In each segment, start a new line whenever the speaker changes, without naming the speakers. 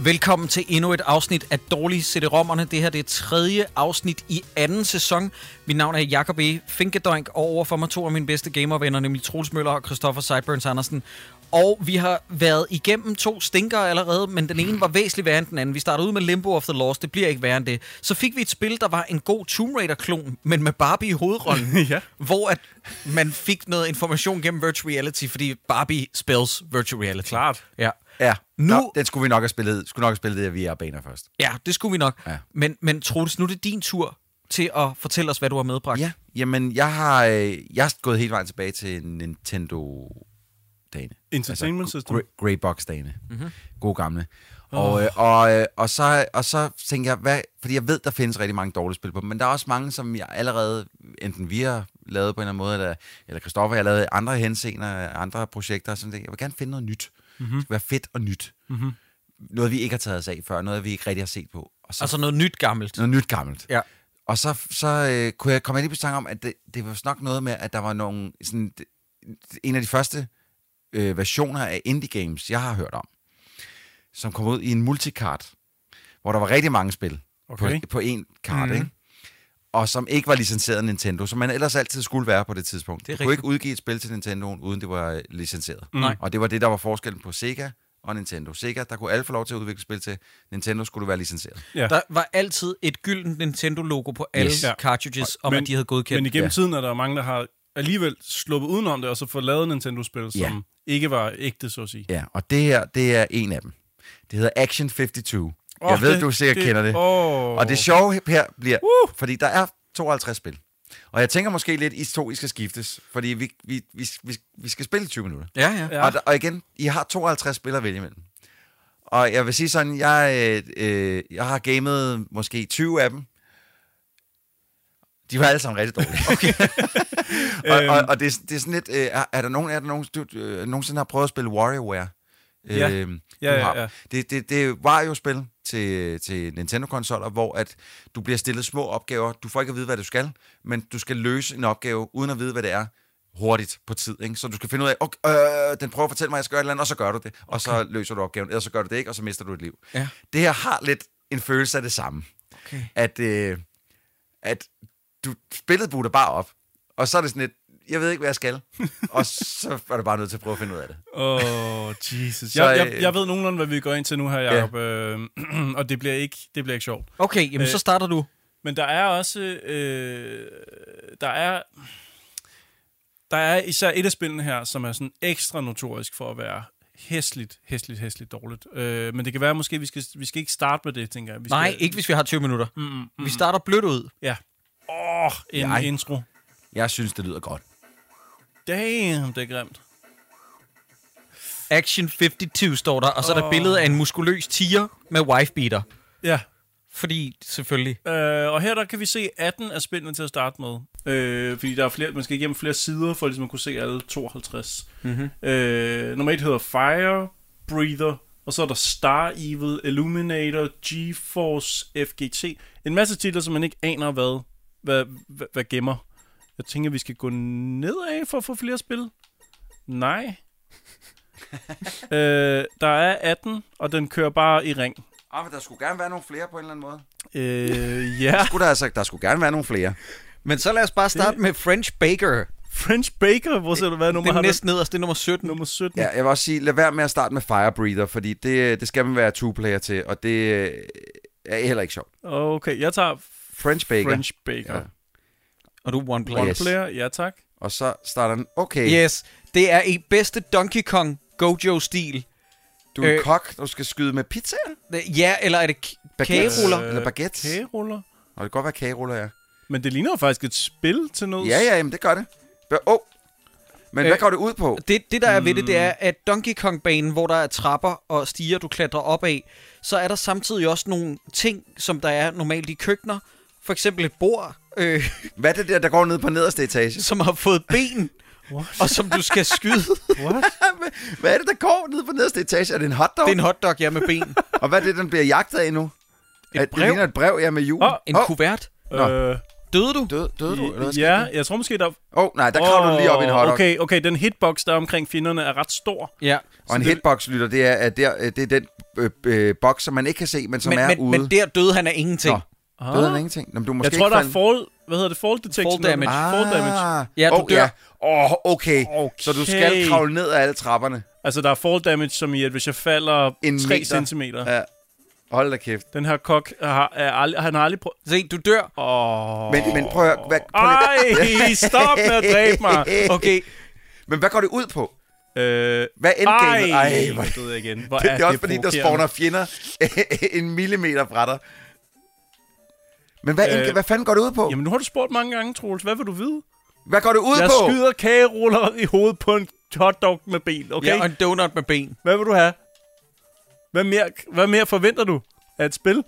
Velkommen til endnu et afsnit af Dårlige CD-rommerne. Det her det er tredje afsnit i anden sæson. Mit navn er Jakob E. Finkedøjk, og overfor mig to af mine bedste gamervenner, nemlig Troels Møller og Christoffer Sideburns Andersen. Og vi har været igennem to stinker allerede, men den ene var væsentligt værre end den anden. Vi startede ud med Limbo of the Lost, det bliver ikke værre end det. Så fik vi et spil, der var en god Tomb Raider-klon, men med Barbie i hovedrollen.
Ja.
Hvor at man fik noget information gennem virtual reality, fordi Barbie spells virtual reality.
Klart.
Ja.
Ja,
Nu-
nu... Nå, den skulle vi nok have spillet, skulle nok have spillet det her VR-baner først.
Ja, det skulle vi nok. Ja.
Ja.
Men, men Troels, nu er det din tur til at fortælle os, hvad du har medbragt.
Ja, jamen jeg har, øh, jeg er gået hele vejen tilbage til Altså, Nintendo dagene.
Entertainment System.
Grey, grey Box dagene. Mm-hmm. Gode gamle. Og, øh, og, øh, og, så, og så tænker jeg, hvad, fordi jeg ved, der findes rigtig mange dårlige spil på dem, men der er også mange, som jeg allerede, enten vi har lavet på en eller anden måde, eller, eller Christoffer, jeg har lavet i andre henseender, andre projekter, sådan det. jeg vil gerne finde noget nyt. Mm-hmm. Det skal være fedt og nyt. Mm-hmm. Noget, vi ikke har taget os af før, noget, vi ikke rigtig har set på. Og så
Altså noget nyt gammelt.
Noget nyt gammelt.
Ja.
Og så, så øh, kunne jeg komme lige på tanke om, at det, det var vist nok noget med, at der var nogle, sådan, d- en af de første øh, versioner af indie games, jeg har hørt om, som kom ud i en multicart, hvor der var rigtig mange spil
Okay.
på, på én
Mhm.
kart, mm. ikke? og som ikke var licenseret af Nintendo, som man ellers altid skulle være på det tidspunkt.
Det er
du kunne
rigtigt.
ikke udgive et spil til Nintendo, uden det var øh, licensieret.
Nej.
Og det var det, der var forskellen på Sega og Nintendo. Sega, der kunne alle få lov til at udvikle spil til. Nintendo skulle du være licensieret.
Ja.
Der var altid et gyldent Nintendo-logo på alle yes.
Ja.
cartridges, om men, at de havde godkendt.
Men
Men,
igennem
Ja.
tiden er der mange, der har alligevel sluppet udenom det, og så fået lavet Nintendo-spil, som
Ja.
ikke var ægte, så at sige.
Ja, og det her, det er en af dem. Det hedder Action 52. Oh, jeg
Åh,
ved, det, du sikkert det, kender det. Oh.
Åh.
Og det sjove her bliver, uh. fordi der er 52 spil. Og jeg tænker måske lidt, I to I skal skiftes, fordi vi, vi, vi, vi, vi skal spille 20 minutter.
ja, ja. ja.
Ja. Og, der- og igen, I har 52 spil at vælge imellem. Og jeg vil sige sådan, jeg, øh, øh, jeg har gamet måske 20 af dem. De var alle sammen rigtig dårlige. Okay. og, og, og det, er- det er sådan lidt, øh, er, er der nogen, er der nogen du, øh, nogensinde har prøvet at spille WarioWare?
Ja.
Øh,
Ja,
du
ja,
har.
ja.
Det, det, det var jo spil til, til Nintendo-konsoller, hvor at du bliver stillet små opgaver. Du får ikke at vide, hvad du skal, men du skal løse en opgave, uden at vide, hvad det er, hurtigt på tid. Ikke? Så du skal finde ud af, okay, øh, den prøver at fortælle mig, at jeg skal gøre et eller andet, og så gør du det, og okay. så løser du opgaven, eller så gør du det ikke, og så mister du et liv.
Ja.
Det her har lidt en følelse af det samme.
Okay.
At, øh, at du spillet butter bare op, og så er det sådan lidt, jeg ved ikke, hvad jeg skal, og så er du bare nødt til at prøve at finde ud af det.
Åh, oh, Jesus.
Så,
Jeg, jeg,
øh,
jeg ved nogenlunde, hvad vi går ind til nu her, Jacob, øh, og det bliver ikke, det bliver ikke sjovt.
Okay, jamen øh.
Øh.
så starter du.
Men der er også... Øh, der er... Der er især et af spillene her, som er sådan ekstra notorisk for at være hæsligt, hæsligt, hæsligt dårligt. Øh, men det kan være, måske vi skal, vi skal ikke starte med det, tænker jeg. Vi skal,
Nej, ikke hvis vi har 20 minutter. Mm, mm, vi starter blødt ud.
Ja. Åh, oh, en
Jeg.
intro.
Jeg synes, det lyder godt.
Damn, det er grimt.
Action 52 står der, og så er der et billede af en muskuløs tiger med wifebeater.
Ja.
Fordi, selvfølgelig.
Øh, og her der kan vi se 18 af spillene til at starte med. Øh, fordi der er flere, man skal igennem flere sider, for ligesom at kunne se alle 52. Mm-hmm. Øh, nummer 1 hedder Fire, Breather, og så er der Star Evil, Illuminator, GeForce, FGT. En masse titler, som man ikke aner, hvad, hvad, hvad, hvad gemmer. Jeg tænker, vi skal gå nedad for at få flere spil. Nej. øh, der er 18, og den kører bare i ring.
Ah, men der skulle gerne være nogle flere på en eller anden måde.
Øh, ja.
Skulle der, altså, der skulle gerne være nogle flere.
Men så lad os bare starte med French Baker.
French Baker, hvor ser du, hvad nummer
Det er
har
næsten nederst, det er nummer 17.
den? Nummer 17.
Ja,
Ja.
jeg vil også sige, lad være med at starte med Fire Breather, fordi det, det skal man være two-player til, og det øh, er heller ikke sjovt.
Okay, jeg tager
French Baker.
French Baker.
Ja.
Ja.
Og du er one player.
One
Yes.
player, ja tak.
Og så starter den, okay,
Yes, det er i bedste Donkey Kong Gojo-stil.
du er
Øh.
øh. kok, du skal skyde med pizza,
Ja, eller er det k-
Baguette.
kageruller?
Eller baguettes.
Kageruller.
og det kan godt være kageruller, ja.
Men det ligner jo faktisk et spil til noget.
Ja, ja, jamen, det gør det. Åh, oh. men
Øh.
øh. hvad går det ud på?
Det, det, der er ved det, det er, at Donkey Kong-banen, hvor der er trapper og stiger, du klatrer op af, så er der samtidig også nogle ting, som der er normalt i køkkener. For eksempel et bord, øh,
Hvad er det der, der går ned på nederste etage?
som har fået ben,
What?
og som du skal skyde.
What?
Hvad er det, der går ned på nederste etage? Er det en hotdog?
Det er en hotdog, ja, med ben.
Og hvad er det, den bliver jagtet af nu?
Et
Det ligner
brev,
et brev, ja, med jul.
Åh,
en
Åh,
kuvert.
Nå.
øh,
Døde du?
Døde, døde du? Eller hvad skete
Ja,
der?
jeg tror måske, der...
Åh, oh, nej, der kravler du lige op i en hotdog.
Okay,
Okay.
okay, den hitbox, der er omkring finderne, er ret stor.
Ja.
Og en
Så det-
hitbox, lytter, det er, at det er, det er den øh, øh, boks, som man ikke kan se, men som
Men,
er
men,
ude.
men der døde han af ingenting.
Nå. Døde han ingenting? Nå, men du er måske
Jeg tror,
ikke
der er
faldet-
fall... Hvad hedder det? Fall detection?
Fall damage.
Ah. Fall damage.
Ja, du
Åh,
dør.
Åh, okay.
Okay.
Så du skal kravle ned ad alle trapperne.
Altså, der er fall damage, som i, at hvis jeg falder
En
3
meter.
cm. Ja.
Ja. Hold da kæft.
Den her kok har, er aldrig, han har aldrig prøvet...
Se, du dør.
Åh...
Men, men prøv at høre, hvad, prøv lige-
Ej, stop med at dræbe mig.
Okay.
men hvad går det ud på?
Øh,
Hvad er endgamet?
Ej,
Ej, hvor
hvor døde jeg igen. Hvor
det, det er også fordi, der
provokerende.
spawner fjender en millimeter fra dig. Men hvad, øh,
Øh,
hvad fanden går det ud på? Jamen,
Jamen, nu har du spurgt mange gange, Troels. Hvad vil du vide?
hvad går det ud
Jeg
på?
skyder kageruller i hovedet på en hotdog med ben, okay?
Ja, og en donut med ben.
Hvad vil du have? Hvad mere, hvad mere forventer du af et spil? Det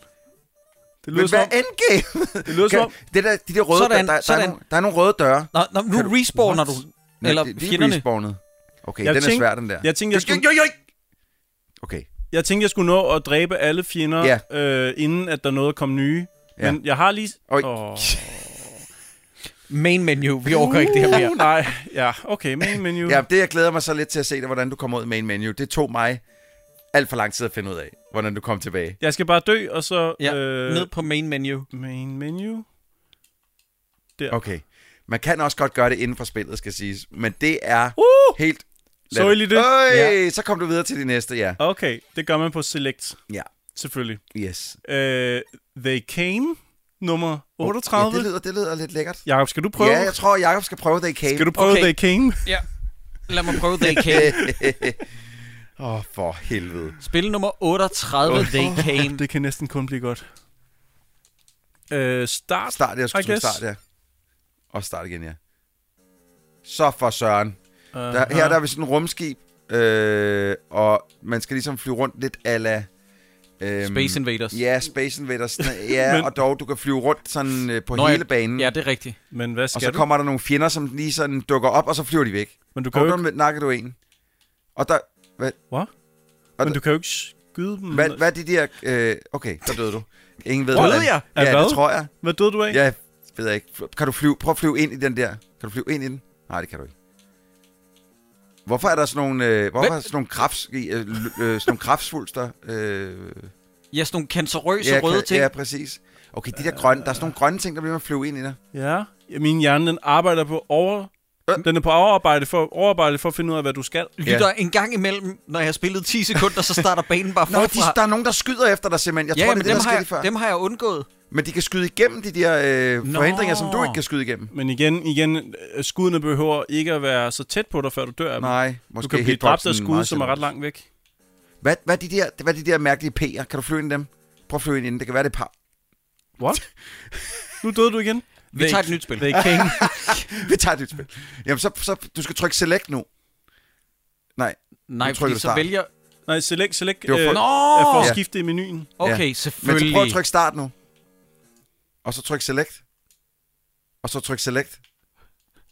lyder,
Men
som,
hvad er
om,
endgamet?
det lyder som
Kan-
om...
Det der, de der røde,
Sådan,
sådan, der, der, der, er
sådan.
nogle, der er nogle røde døre.
Nå, nå nu
Kan du-
respawner du.
What? Nej,
Eller
de, de
fjenderne.
er respawnet. Okay,
Jeg
den er
tænkte-
svær, den der.
Jeg tænkte, jeg skulle,
jo, jo, jo. Okay.
jeg tænkte, jeg skulle nå at dræbe alle fjender, øh, inden at der nåede at komme nye.
Ja.
Men jeg har lige...
Oj.
Åh.
Main menu. Vi overgår ikke det her mere.
Nej, ja, okay, main menu.
Ja, det jeg glæder mig så lidt til at se, det, er, hvordan du kommer ud i main menu. Det tog mig alt for lang tid at finde ud af, hvordan du kom tilbage.
Jeg skal bare dø, og så...
Ja,
øh,
ned på main menu.
Main menu. Der.
Okay. Man kan også godt gøre det inden for spillet, skal siges. Men det er
Uh!
helt...
Så I lige det?
Øj,
Ja.
ja. så kom du videre til de næste, ja.
Okay, det gør man på select,
Ja,
selvfølgelig.
yes.
Øh, They Came, nummer
Ja,
38.
det, lyder, det lyder lidt lækkert.
Jakob, skal du prøve?
Ja, jeg tror, Jacob skal prøve They Came.
Skal du prøve
Okay.
okay. They Came?
Ja. Lad mig prøve They Came.
Åh, oh, for helvede.
Spil nummer 38, They Came.
Det kan næsten kun blive godt. Øh, start.
Start, jeg
I
skulle
guess.
starte, ja. Og start igen, ja. Så for søren.
Uh,
Der, her der er vi sådan en rumskib, øh, og man skal ligesom flyve rundt lidt ala... Øhm,
Space Invaders.
Ja, Space Invaders. sådan- Ja,
Men-
Men... og dog, du kan flyve rundt sådan øh, på
Nå,
Nå,
ja.
hele banen.
Ja, det er rigtigt.
Men hvad
og
skal
så
du?
kommer der nogle fjender, som lige sådan dukker op, og så flyver de væk.
Men du kan
Og
jo
nu
ikke...
nakker du en. Og der... Hvad,
Hvad?
og
Men
der-
du kan jo ikke skyde
Mm.
dem.
hvad, hvad er de der... Øh, okay, der døde du. Ingen ved,
Døde
hvordan.
jeg? Af
Ja,
hvad?
det tror jeg.
Hvad døde du af?
Jeg ved jeg ikke. Kan du flyve, prøv at flyve ind i den der. Kan du flyve ind i den? Nej, det kan du ikke. Hvorfor er der sådan nogle, øh, hvorfor er der sådan nogle, krafts, øh, l- øh, sådan nogle kraftsvulster? Øh,
Ja, sådan nogle cancerøse
ja,
røde
kan-
ting. Øh.
Ja, præcis. Okay, de der grønne, der er sådan nogle grønne ting, der bliver med at flyve ind i dig.
Ja. ja. Min hjerne, den arbejder på over...
Øh.
Den er på overarbejde for, overarbejde for at finde ud af, hvad du skal.
Lytter en gang imellem, når jeg har spillet 10 sekunder, så starter banen bare
Nå,
forfra.
de, der er nogen, der skyder efter dig simpelthen. Jeg
ja,
tror,
men
det er
dem,
det, der
har
skete
jeg,
før.
dem har jeg undgået.
Men de kan skyde igennem de der øh, forhindringer, som du ikke kan skyde igennem.
Men igen, igen, øh, skuddene behøver ikke at være så tæt på dig, før du dør. af dem.
Nej,
Øhm, du
måske
kan blive dræbt af
hitboxen
skud,
meget
som er
sjældent.
ret langt væk.
Hvad, hvad, er de der, hvad er de der mærkelige P'er? Kan du flyve ind i dem? Prøv at flyve ind i den. Det kan være, det er par.
What? nu døde du igen.
Vi tager et nyt spil.
They Came.
Vi tager dit spil. Jamen, så, så, du skal trykke select nu. Nej,
Nej,
Nu trykker
fordi
du
så
start.
vælger...
Nej, select, select.
Det var for-
øh,
Nå!
er for at
Ja.
skifte i menuen.
Okay,
men så prøv at
selvfølgelig.
trykke start nu. Og så tryk select. Og så tryk select.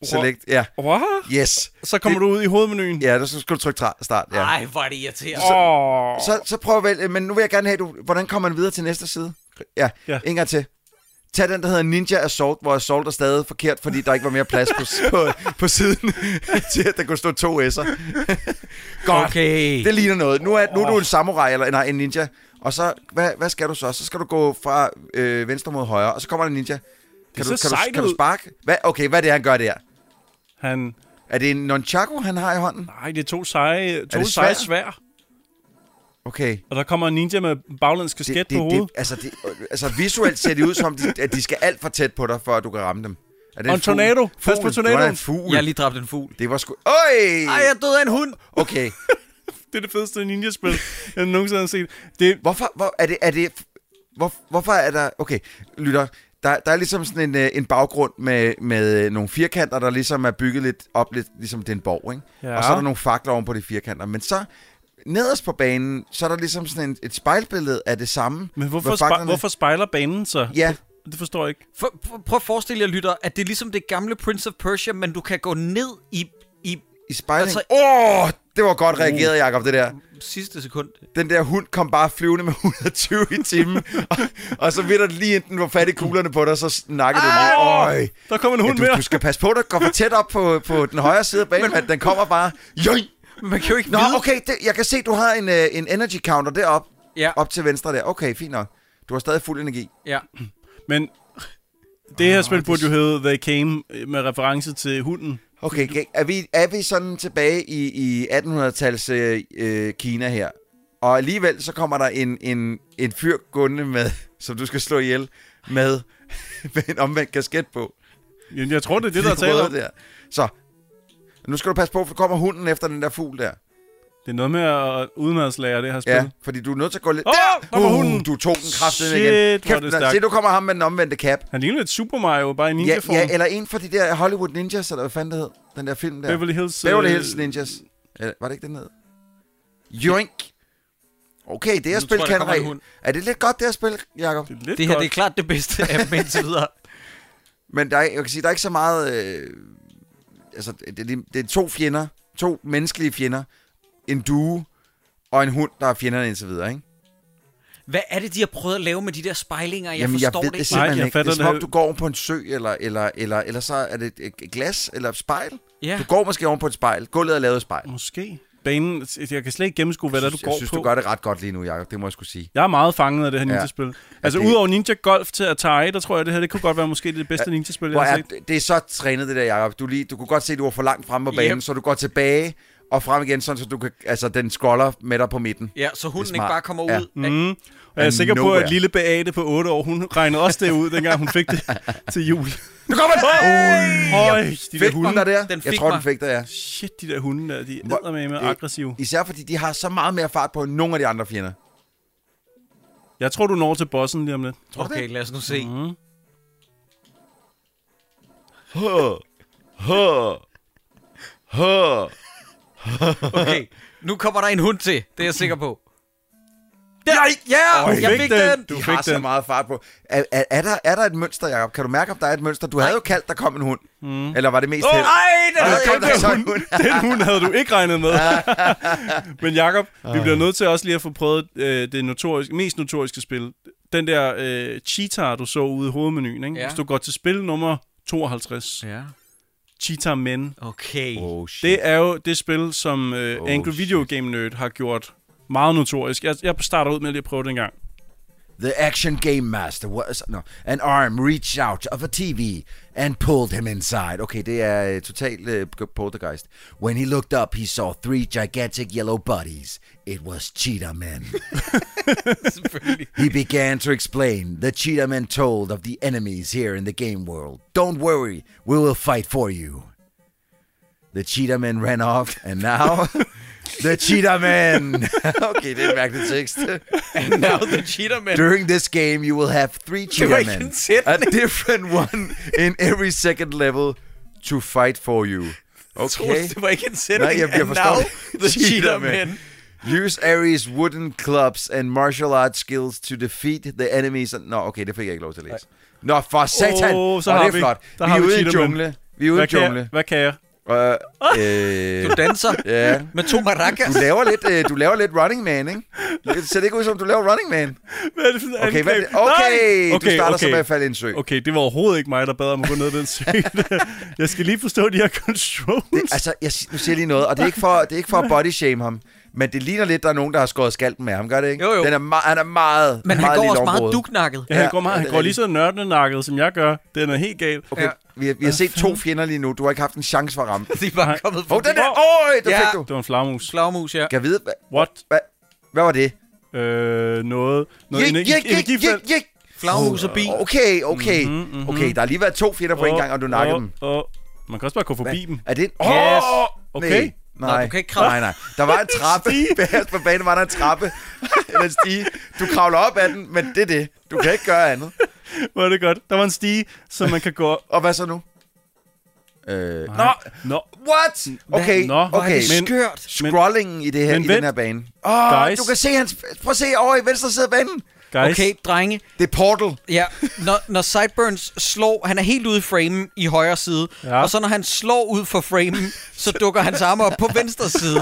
Select, ja.
Wow.
Yes.
Så kommer du ud i hovedmenuen.
Ja, der skal du trykke tra- start, ja.
Ej, hvor er det irriterende.
Så, oh.
Så, så prøv at vælge, men nu vil jeg gerne have, du, hvordan kommer man videre til næste side? Ja,
Ja.
ja. en gang til. Tag den, der hedder Ninja Assault, hvor Assault er stadig forkert, fordi der ikke var mere plads på, på, på siden til, at der kunne stå to S'er. Godt.
Okay.
Det ligner noget. Nu er, nu er du en samurai, eller nej, en ninja. Og så, hvad, hvad skal du så? Så skal du gå fra øh, venstre mod højre, og så kommer der en ninja. Kan,
så
du, kan, du,
sejt
kan du
ud.
sparke? Hvad, okay, hvad er det, han gør der?
Han...
Er det en nunchaku, han har i hånden?
Nej, det er to seje, to
det
seje
svær?
svær.
Okay.
Og der kommer en ninja med baglæns
Det,
kasket
det,
på hovedet.
det, altså, det, altså, visuelt ser det ud som, de, at de skal alt for tæt på dig, for at du kan ramme dem. Er det
Og en tornado. Pas
Fugl?
på
Fugl. Det var
tornadoen.
en fugl.
Jeg har lige dræbt en fugl.
Det var sgu... Øj!
Ej, jeg døde af en hund.
Okay.
Det er det fedeste ninja-spil, jeg nogensinde har set. Det,
Hvorfor hvor, er det... Er det hvor, hvorfor er der... Okay, lytter. Der, der er ligesom sådan en, øh, en baggrund med, med øh, nogle firkanter, der ligesom er bygget lidt op, lidt ligesom det er en borg, ikke?
Ja.
Og så er der nogle fakler oven på de firkanter. Men så nederst på banen, så er der ligesom sådan en, et spejlbillede af det samme.
men hvorfor,
hvor
spa-
faklerne-
hvorfor spejler banen så?
Ja,
Det forstår jeg ikke.
For, pr- prøv at forestille jer, lytter, at det er ligesom det gamle Prince of Persia, men du kan gå ned i, i
i spejling.
Altså-
Åh, oh, det var godt reageret, Jacob, det der.
Sidste sekund.
Den der hund kom bare flyvende med 120 i timen, og, og så vidt der lige enten var fat i kuglerne på dig, så snakkede du lige. Øj.
Der kom en
Ja,
hund
du,
mere.
du skal passe på, der går for tæt op på, på den højre side af banen, men den kommer bare... Jøj!
Men man kan jo ikke
Nå,
vide...
okay, det, jeg kan se, du har en, øh, en energy counter deroppe,
Ja,
op til venstre der. Okay, fint nok. Du har stadig fuld energi.
ja.
Men det her spil burde jo hedde They Came øh, med reference til hunden.
Okay, okay. Er, vi, er vi sådan tilbage i, i 1800-tals øh, øh, Kina her? Og alligevel så kommer der en, en, en fyr gående med, som du skal slå ihjel med, med en omvendt kasket på.
Jamen, jeg tror, det er det, der er
Den røde
tale om.
Der. Så, nu skal du passe på, for kommer hunden efter den der fugl der.
Det er noget med at udenlandslære det her spil.
Ja, fordi du er nødt til at gå lidt... Uh,
Åh, der
Uh.
var hunden!
Du tog den kraftigt
Shit, hvor er
igen.
det
Kæft, man.
stærkt.
Se, nu kommer ham med den omvendte cap.
Han ligner lidt Super Mario, bare i
Ja,
ninja-form.
ja, eller en fra de der Hollywood Ninjas, eller hvad fanden det hed, den der film der.
Beverly Hills... øh,
Beverly Hills Ninjas. Eller, var det ikke den ned? Joink. Okay, det her
Nu tror
spil
jeg, der
kan
kommer en
regel.
hund.
Er det lidt godt, det her spil, Jacob?
Det er lidt
Det her det er
godt.
klart det bedste af dem indtil videre.
Men der er, jeg kan sige, der er ikke så meget... Øh, altså, det, det, det er to fjender. To menneskelige fjender. En due og en hund, der er fjenderne indtil videre, ikke?
Hvad er det, de har prøvet at lave med de der spejlinger? Jeg
Jamen,
forstår
jeg ved
det
det
ikke.
Nej,
simpelthen
jeg
ikke. Det er
fatter
som om,
det-
du går oven på en sø, eller, eller, eller, eller så er det et et glas, eller et spejl.
Ja.
Du går måske oven på et spejl. Gulvet er lavet af spejl.
Måske. Banen, jeg kan slet ikke gennemskue, hvad der
jeg
du
synes,
går
jeg synes
på.
du gør det ret godt lige nu, Jacob. Det må jeg skulle sige.
Jeg er meget fanget af det her
Ja.
ninja-spil. Altså,
det-
udover Ninja Golf til Atari, der tror jeg, det her det kunne godt være måske det bedste ninja-spil,
Hvor
jeg har
er,
set.
det er så trænet, det der, Jacob. Du, lige, du kunne godt se, at du var for langt frem på banen,
Yep.
så du går tilbage og frem igen, sådan, så du kan, altså, den scroller med dig på midten.
Ja, så
Det
hunden
er
ikke
smart.
bare kommer
Ja.
ud. Ja.
Mm. Og jeg er sikker på,
nowhere.
at lille Beate på 8 år, hun regnede også det ud, dengang hun fik det til jul.
Nu kommer den! Hey!
Høj, de der
Fik den
hunde.
der der?
Den fik
jeg tror, den
mig.
fik der, ja.
Shit, de der hunde der, de
Hvor-
er med med
det-
aggressive.
Især fordi de har så meget mere fart på end nogle af de andre fjender.
Jeg tror, du når til bossen lige om lidt.
Okay, lad os nu se.
Mm.
Okay, nu kommer der en hund til. Det er jeg sikker på.
Nej! Ja!
Øj,
jeg fik den.
Du
Du de
fik
har så
den.
meget fart på. Er, er, er, der, er der et mønster, Jacob? Kan du mærke, om der er et mønster? Du havde jo kaldt, der kom en hund. Mm. Eller var det mest oh, held?
Ej, den
Jeg
er
ved ikke, om der så en hund.
Den hund havde du ikke regnet med. Men Jakob, vi bliver nødt til også lige at få prøvet øh, det notoriske, mest notoriske spil. Den der øh, cheetah, du så ude i hovedmenuen. Ikke?
Ja.
Hvis du går til spil nummer 52,
Ja.
Cheetah Men.
Okay.
Oh, shit.
Det er jo det spil, som øh,
Oh,
Angry
shit.
Video Game Nerd har gjort meget notorisk. Jeg, jeg starter ud med lige at prøve det en gang.
The action game master was... No, an arm reached out of a TV and pulled him inside. Okay, det er uh, totalt uh, poltergeist. When he looked up, he saw three gigantic yellow bodies. It was Cheetah Men.
Selvfølgelig.
He began to explain. The Cheetah Men told of the enemies here in the game world. Don't worry, we will fight for you. The Cheetah Men ran off, and now... the Cheetah Men! okay, det er en mærkelig tekst.
And now the cheater man.
During this game, you will have three
Det var ikke
chairmen,
en sætning.
a different one in every second level to fight for you. Okay.
Troels, det var ikke en sætning.
Nej, jeg- jeg
And
forstår
now
det.
the cheater
Cheater
man.
man. Use Aries wooden clubs and martial arts skills to defeat the enemies. Nå, okay, det fik jeg ikke lov til at læse. Nå, for satan!
Åh, så
Nå,
har
det er
vi-
flot.
der
vi
har
er
vi
ude i
Cheater Man.
jungle. Vi er ude i
Hvad kan, jeg,
jungle.
hvad kan jeg?
Øh, øh,
Du danser
ja.
med to maracas.
Du laver, lidt, øh, du laver lidt Running Man, ikke? Det ser det ikke ud som, du laver Running Man.
Hvad er det for en
Okay, hvad, er det?
angreb?
okay,
Nej!
okay, du starter okay. så med at falde i en sø.
Okay, det var overhovedet ikke mig, der bad om at gå ned ad den sø. jeg skal lige forstå de her controls.
Det, altså, jeg, si- nu siger jeg lige noget, og det er ikke for, det er ikke for at body shame ham, men det ligner lidt, der er nogen, der har skåret skalpen med ham, gør det ikke?
Jo, jo.
Den er me- han er meget,
Men han
meget
går
lille
også meget
område.
duknakket.
Ja, han
Ja,
går, meget,
ja,
han
det
går
er
lige så nørdenakket, som jeg gør. Den er helt gal.
Okay,
Ja.
vi, har- vi har set to fjender lige nu, du har ikke haft en chance for at ramme.
De er bare
Nej.
kommet
Åh, oh, den der!
Hvor-
Øj, der
Ja.
fik du!
Det var en flagmus.
Slagmus, ja.
Kan jeg vide, hvad,
What?
hvad, hvad var det?
Øh, noget. Noget
Jik,
energi,
jik, jik,
energifelt.
jik, jik.
Flagmus og bil.
Okay, okay.
Mhm, mhm.
Okay, der har lige været to fjender på en gang, og du nakkede
Åh,
dem.
åh, åh. Man kan også bare gå forbi dem.
Er det en...
Yes.
Åh!
Okay.
Nej. Nej.
Nå, du kan ikke kravle.
Nej, nej. Der var en trappe. Bagerst på banen var der en trappe. Eller en stige. Du kravler op ad den, men det er det. Du kan ikke gøre andet.
Hvor er det godt. Der var en stige, som man kan gå op.
Og hvad så nu? Øh,
Nå, nå.
what? Okay,
Nå, hvor er
okay.
det
Men
men-
Skørt.
scrollingen i, det her,
men
i
vent.
den her bane. Åh,
Guys.
du kan se hans... Prøv at se over i venstre side af banen.
Guys.
Okay, drenge.
Det er Portal.
Ja, når, når Sideburns slår, han er helt ude i framen i højre side,
Ja.
ja. og så når han slår ud for framen, så dukker hans arme op på venstre side.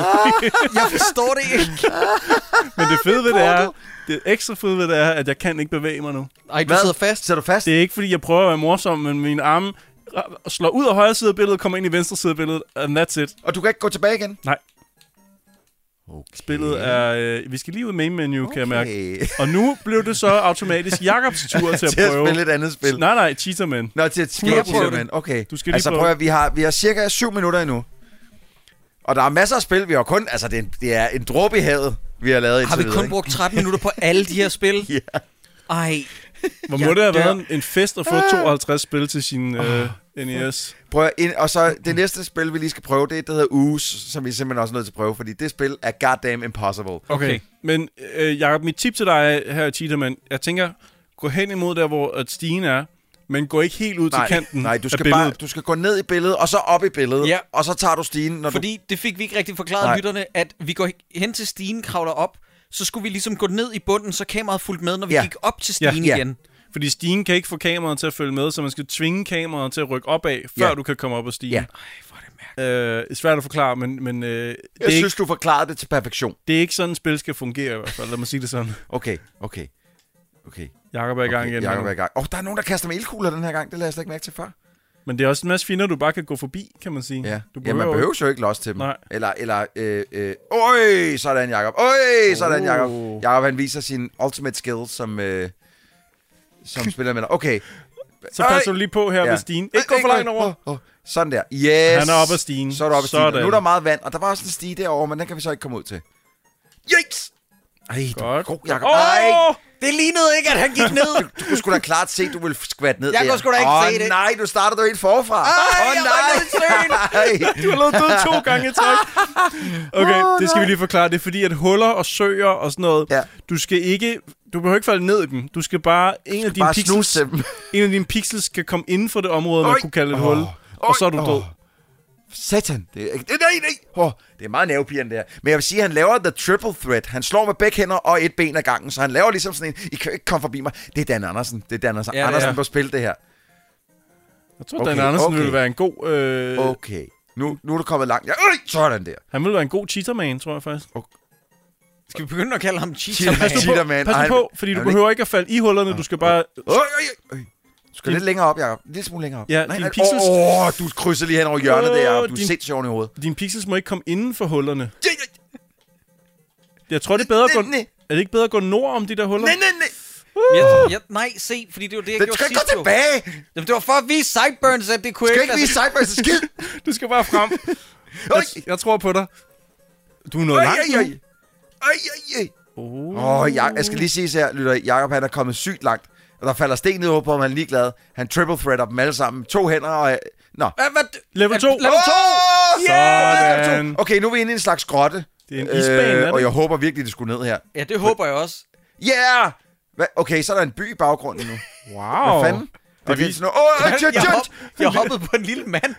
Jeg forstår det ikke.
Men det fede ved det er, det ekstra fede ved det er, at jeg kan ikke bevæge mig nu.
Ej, du sidder fast.
Så er du fast?
Det er ikke, fordi jeg prøver at være morsom, men mine arme ra- slår ud af højre side af billedet, kommer ind i venstre side af billedet, and that's it.
Og du kan ikke gå tilbage igen?
Nej,
Okay.
spillet er... Øh, vi skal lige ud i main menu, okay. kan jeg mærke.
Okay.
Og nu blev det så automatisk Jakobs tur til at
til at
prøve.
spille et andet spil.
Nej, nej, Cheater Man.
Nå, til at
Prøv
spille
at prøve det.
Cheaterman. Okay.
Du skal lige
altså,
prøve.
prøv at, vi har, vi har cirka 7 minutter endnu. Og der er masser af spil, vi har kun... Altså, det er, en- det er en dråbe i havet, vi har lavet
Har
indtil
vi
videre,
kun
ikke?
brugt 13 minutter på alle de her spil?
Ja.
Ej,
Hvor
Jeg
må det
dør.
have været en- en fest
Ah.
at få 52 spil til sin øh, NES?
Prøv at ind, og så det næste spil, vi lige skal prøve, det er det, der hedder Ooze, som vi simpelthen også er nødt til at prøve, fordi det spil er goddamn impossible.
Okay. Men øh, Jacob, mit tip til dig her, Cheaterman, jeg tænker, gå hen imod der, hvor at stigen er, men gå ikke helt ud til kanten
nej, du
af
skal, bare,
billedet.
du skal gå ned i billedet, og så op i billedet,
Ja.
og så tager du stigen, når du...
fordi det fik vi ikke rigtig forklaret
Nej.
lytterne, at vi går hen til stigen, kravler op, så skulle vi ligesom gå ned i bunden, så kameraet fulgte med, når vi
Ja.
ja. gik op til
Ja.
stigen
Ja.
ja. igen.
Fordi stigen kan ikke få kameraet til at følge med, så man skal tvinge kameraet til at rykke opad, før
Ja.
du kan komme op ad stigen.
Ja.
Øh, det er svært at forklare, men, men øh, det, er
Jeg synes,
ikke,
du forklarede det til perfektion.
det er ikke sådan, et spil skal fungere i hvert fald. Lad mig sige det sådan.
Okay, okay. Okay,
Jakob er i gang
okay.
igen.
Jacob
nu.
er i gang. Åh, oh, der er nogen, der kaster med ildkugler den her gang. Det lader jeg slet ikke mærke til før.
Men det er også en masse finder, du bare kan gå forbi, kan man sige.
Ja,
Du
ja man
jo-
behøver jo ikke lost til dem.
Nej.
Eller, eller, øh, øh, øj, sådan Jacob. Øj, sådan
Oh.
Jacob. Jacob, han viser sin ultimate skill, som, øh, som spiller med dig. Okay.
Så passer du lige på her ja. ved stigen. Ikke gå for langt over.
Oh, oh. Sådan der. Yes.
Han er oppe ad stigen.
Så er du oppe ad stigen.
Sådan.
Og Nu er der meget vand, og der var også en stige derovre, men den kan vi så ikke komme ud til. Yikes! Ej, du er
Godt.
god, Jacob. Nej,
Åh!
Det lignede ikke, at han gik ned.
du kunne sgu da klart se, du ville skvatte ned
Jeg
der.
kunne sgu da ikke
Åh,
se det.
nej, du startede jo helt forfra. Åh,
jeg var
nej. nej.
Du har lavet død to gange i træk. Okay, det skal vi lige forklare. Det er fordi, at huller og søer og sådan noget,
Ja.
du skal ikke... Du behøver ikke falde ned i dem. Du skal bare... En af dine
Bare
pixels,
snuse til dem.
en af dine pixels skal komme inden for det område, man
Øj.
kunne kalde et
Åh.
hul. Og så er du
Øj.
død.
Åh. Satan. Det er, ikke- det, nej, nej. Oh, det er meget nervepirrende der. Men jeg vil sige, at han laver the triple threat. Han slår med begge hænder og et ben ad gangen, så han laver ligesom sådan en, I kan jo ikke komme forbi mig. Det er Dan Andersen. Det er Dan Andersen.
Ja, ja.
Ja, Andersen ja. på spil, det her.
Jeg tror,
Okay,
Dan Andersen
okay.
ville være en god... Øh,
Okay. Nu, nu er du kommet langt. Ja, øj, sådan der.
Han ville være en god cheaterman, tror jeg faktisk.
Skal vi begynde at kalde ham cheater?
Cheater-
man?
Pas nu på,
Cheaterman.
pas
Ej,
nu på fordi
han
du
vil
behøver ikke at falde i hullerne. Du skal bare...
Øj, øj, øj. Du skal lidt længere op, Jacob. En lille smule længere op.
Ja,
nej,
din
nej.
pixels-
Åh, oh, du krydser lige hen over hjørnet der, Jacob. Du er
Åh, din-
sindssygt oven i hovedet.
Dine pixels må ikke komme inden for hullerne.
Ja, ja.
Jeg tror, det er bedre at gå...
Nej, nej.
Er det ikke bedre at gå nord om de der huller?
Nej, nej, nej.
Jeg, jeg, nej, se, fordi det var det, jeg
Den
gjorde
skal
sidst.
gå
jo.
tilbage.
Jamen, det var for at vise Sideburns, at det kunne
Du skal ikke vise
altså-
sideburns en skid.
Du skal bare frem.
Øj.
Jeg, jeg tror på dig. Du er nået
Ej,
langt
ej, ej. Ej, ej, ej. Åh, oh, jeg, jeg skal lige sige her, lytter. Jakob han er kommet sygt langt. Og der falder sten ned over på ham, han er ligeglad. Han triple threader dem alle sammen. To hænder og... øh, Nå.
Hvad, hvad,
Level
at-
to.
Level 2!
Oh,
Sådan.
Okay, nu er vi inde i en slags grotte. Øh,
Det er en isbane, er det
og jeg
ikke?
håber virkelig, det skulle ned her.
Ja, det håber jeg også.
Yeah! Hva? Okay, så er der en by i baggrunden nu. Hvad
Wow.
fanden? Det og det er
vi-
sådan noget... Åh, oh, tjøt,
Jeg, hop,
tjøt!
jeg hoppede på en lille mand.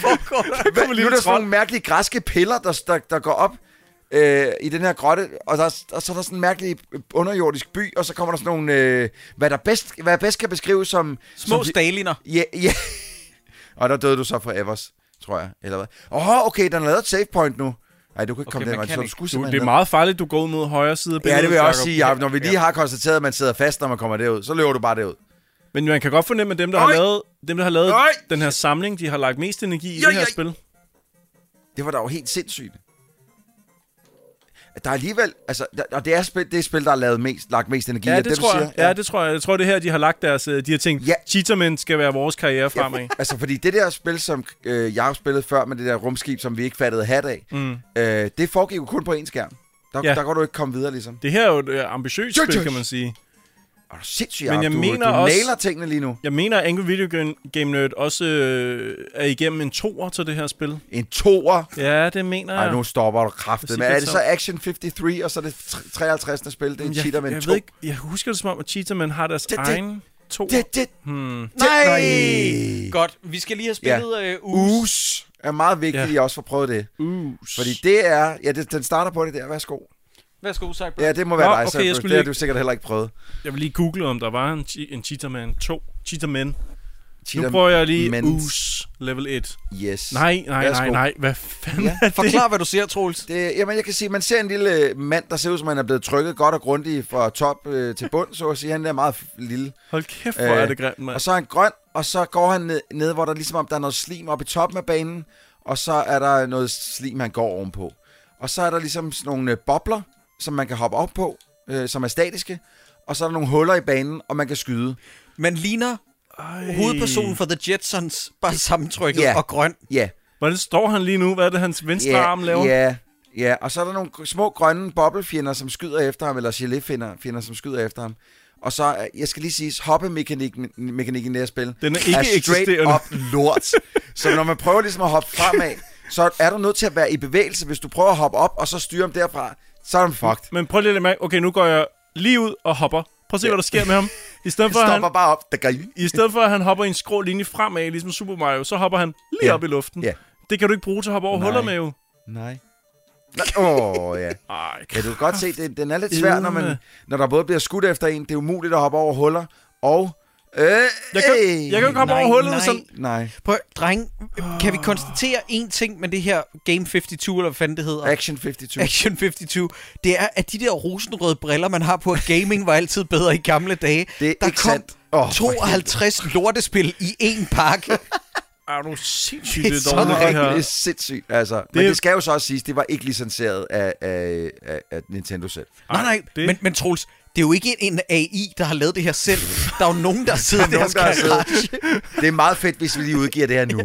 Hva? Nu
lille
er der sådan
trold.
nogle mærkelige græske piller, der, der, der går op øh, i den her grotte, og, der, er- og så er der sådan en mærkelig øh, underjordisk by, og så kommer der sådan nogle, øh, hvad der bedst, hvad bedst kan beskrives som...
Små
som,
staliner.
Ja, ja. Og der døde du så for Evers, tror jeg, eller hvad? Åh, oh, okay, den har lavet et save point nu. Nej, du kan ikke
Okay,
komme
man
den vej,
kan
så du
ikke.
skulle
Du,
simpelthen
det er
ned.
meget farligt, du går ud mod højre side af
Ja, det vil jeg også sige,
Jacob.
Jacob. Når vi lige har konstateret, at man sidder fast, når man kommer derud, så løber du bare derud.
Men man kan godt fornemme, at dem, der
Øj.
har lavet, dem, der har lavet
Øj.
den her samling, de har lagt mest energi i
Øj,
det her
øj.
spil.
Det var da jo helt sindssygt. Der er alligevel, altså, der, og det er spil, det er spil, der har lavet mest, lagt mest energi.
Ja,
er
det,
du
tror jeg.
siger?
Ja, det tror jeg. Jeg tror, det er her, de har lagt deres... øh, De har tænkt,
Ja.
ja. cheatermen skal være vores karriere fremad.
Altså, fordi det der spil, som øh, jeg spillede før med det der rumskib, som vi ikke fattede hat af,
Mm.
øh, det foregik jo kun på én skærm. Der,
Ja.
der går du ikke komme videre, ligesom.
Det her er jo et øh, ambitiøst
Tjøj, tjøj.
spil, kan man sige.
Og du er sindssyg,
Men
Jacob.
jeg
du,
mener
du
også-
nailer tingene lige nu.
Jeg mener, at Angry Video Game- Game Nerd også øh, er igennem en toer til det her spil.
En toer.
Ja, det mener jeg.
Ej, nu stopper du kraftet.
Præcis,
Men er
det
det
så.
så Action 53, og så er det tr- 53. spil, det er
jeg,
Cheater Man
jeg
2?
ved ikke, jeg husker det som om, at Cheaterman har deres
Det-
det,
det-
egen to.
Det, det,
Hmm.
Nej!
Godt, vi skal lige have spillet ja. uh, uges.
Us er meget
Ja.
vigtigt, at I også får prøvet det.
Us.
Fordi det er... Ja, det, den starter på det der. Værsgo.
Værsgo, Cyber.
Ja, det må være
Nå,
dig,
okay,
Cyber.
jeg
det
skulle
har
lige-
du sikkert heller ikke prøvet.
Jeg vil lige google, om der var en, chi- en Cheetah Man 2. Cheetah Men. Nu
Cheetah
prøver jeg lige
Men.
Ooze level 1.
Yes.
Nej, nej,
Værsgo.
nej, nej. Hvad fanden
Ja,
ja, er det?
Forklar, hvad du ser, Troels.
Det, jamen, jeg kan sige, man ser en lille øh, mand, der ser ud som, han er blevet trykket godt og grundigt fra top øh, til bund, så at sige. Han er meget f- lille.
Hold kæft, hvor er
Øh,
det grimt, mand.
Og så er han grøn, og så går han ned, ned hvor der ligesom om, der er noget slim oppe i toppen af banen, og så er der noget slim, han går ovenpå. Og så er der ligesom sådan nogle øh, bobler, som man kan hoppe op på, øh, som er statiske, og så er der nogle huller i banen, og man kan skyde.
Man ligner
Ej.
hovedpersonen for The Jetsons, bare sammentrykket
Ja.
og grøn.
Ja,
Hvordan står han lige nu? Hvad er det, hans venstre
ja,
arm laver?
ja, ja. Og så er der nogle gr- små grønne boblefjender, som skyder efter ham, eller gelé fjender, som skyder efter ham. Og så, øh, jeg skal lige sige, hoppemekanikken mekanikken i det her spil,
Den er ikke eksisterende.
straight up lort. så når man prøver ligesom at hoppe fremad, så er du nødt til at være i bevægelse. Hvis du prøver at hoppe op, og så styre ham derfra, så er han fucked.
Men prøv lige at mærke. Okay, nu går jeg lige ud og hopper. Prøv at se, hvad der sker med ham. I stedet for, at han,
Stopper bare op. Der gør-
i stedet for, at han hopper i en skrå linje fremad, ligesom Super Mario, så hopper han lige
Ja.
op i luften.
Ja.
Det kan du ikke bruge til at hoppe over
Nej.
huller med, jo.
Nej. Åh, oh, ja.
Ej,
Ja, du kan godt se, det, den er lidt svær, når, man,
Edme.
når der både bliver skudt efter en, det er umuligt at hoppe over huller, og... Øh,
Jeg kan, jeg kan jo ikke hoppe
Nej,
over hullet,
nej.
nej. som...
Nej.
Prøv, dreng, kan vi konstatere én ting med det her Game 25, eller hvad fanden det hedder?
Action 52.
Action 52, det er, at de der rosenrøde briller, man har på, at gaming var altid bedre i gamle dage.
Det er
der
ikke
kom
sandt. Åh, for
52 lortespil i én pakke.
Er du sindssygt
Det er
det
så
er dårligt, det
det,
her.
er sindssygt. Altså, det... Men det skal jo så også siges, det var ikke licensieret af, af, af, af Nintendo selv.
nej, nej,
det-
det... men, men Troels, det er jo ikke en AI, der har lavet det her selv. Der er jo nogen, der sidder i
Der er
deres
nogen, der har siddet.
garage.
Det er meget fedt, hvis vi lige udgiver det her nu.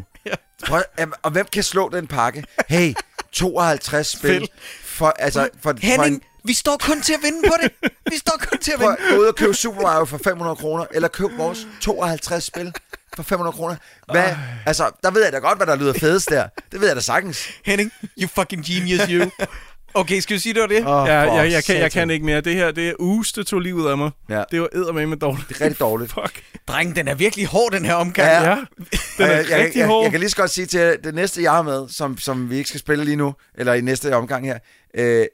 Prøv, am- og hvem kan slå den pakke? Hey, 52 spil.
Spil.
For, altså, for, for en,
Henning, vi står kun til at vinde på det. Vi står kun til at
prøv,
vinde.
at gå ud og køb Super Mario for 500 kroner, eller køb vores 52 spil for 500 kroner. Hvad? Altså, der ved jeg da godt, hvad der lyder fedest der. Det ved jeg da sagtens.
Henning, you fucking genius, you. Okay, skal vi sige, det var det?
Åh,
Ja,
for
jeg, jeg, kan, jeg
satan.
kan ikke mere. Det her, det er uges, det tog livet af mig.
Ja.
Det var eddermame dårligt.
Det er rigtig dårligt.
Fuck.
Dreng, den er virkelig hård, den her omgang.
Ja.
Ja, den er
Og jeg, jeg,
rigtig
jeg,
hård.
jeg kan lige så godt sige til jer, det næste, jeg har med, som, som vi ikke skal spille lige nu, eller i næste omgang her, øh,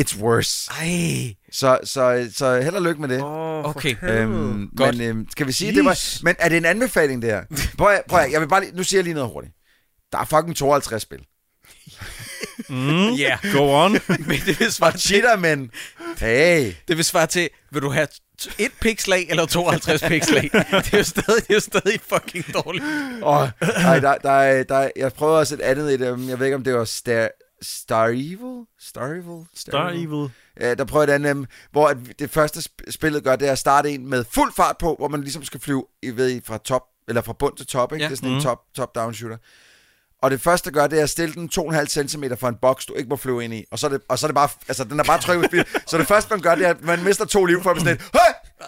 it's worse.
Ej,
Så, så, så held og lykke med det.
Åh, for
okay.
helvede.
Godt.
men øhm, skal vi sige, det var...
Jeez.
Men er det en anbefaling, det her? Prøv, at- prøv at- jeg vil bare lige, Nu siger jeg lige noget hurtigt. Der er fucking 52 spil.
Mm.
Ja.
Go on.
Men det vil svare til,
Cheater, men... Hey!
det vil svare til vil du have t- et pixlag eller 52 pixlag? det, er jo stadig, det er jo stadig fucking dårligt.
Oh, ej, der, der, er- der, er- jeg prøvede også et andet i det. men Jeg ved ikke, om det var Star... Star Evil? Star Evil?
Star Evil.
Øh, der prøver et andet, af dem, hvor at det første sp- spillet gør, det er at starte en med fuld fart på, hvor man ligesom skal flyve I ved, I, fra top, eller fra bund til top,
Ja.
ikke? Ja. Det er sådan mm.
Mhm.
en top, top-down shooter. Og det første, der gør, det er at stille den 2,5 cm fra en boks, du ikke må flyve ind i. Og så er det, og så er det bare, altså den er bare trykket på spil. Så det første, man gør, det er, at man mister to liv for at sådan lidt, "Høj!"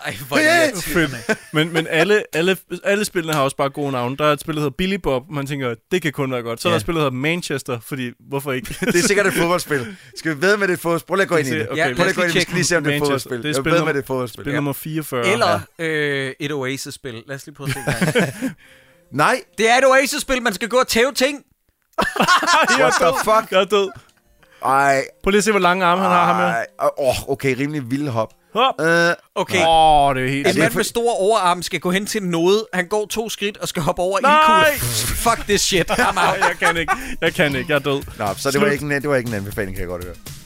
Ej, hvor
Hey!
er det
Fedt. Men, men alle, alle, alle spillene har også bare gode navne. Der er et spil, der hedder Billy Bob. Man tænker, det kan kun være godt. Så er
Ja.
der et spil, der hedder Manchester, fordi hvorfor ikke?
Det er sikkert et fodboldspil. Skal vi ved med det er et fodboldspil? Prøv lige at gå ind i det.
Okay,
Ja,
lad
Prøv
os
lige at gå ind i det. Vi
lige
skal lige se, om det er et
Manchester.
fodboldspil.
Det er
Jeg
spil
ved
nummer-
med det er et fodboldspil.
Spil
Ja.
nummer 44.
Eller øh, et Oasis-spil. Lad os lige prøve at se. engang.
Nej,
det er et Oasis-spil, man skal gå og tæve ting.
jeg
what
er
the
død.
fuck?
Jeg er død.
Ej,
Prøv lige at se, hvor lange arme han har ham her.
ej. Åh, okay, rimelig vilde hop.
Hop.
Øh,
Okay.
Åh, oh, det er helt
En
sygt.
mand
for-
med store overarm skal gå hen til en node. Han går to skridt og skal hoppe over
Nej!
ildkugler. Fuck this shit. I'm out.
Nej, jeg kan ikke. Jeg kan ikke. Jeg er død.
Nå, så det var, ikke en, det var ikke en anbefaling, kan jeg godt høre.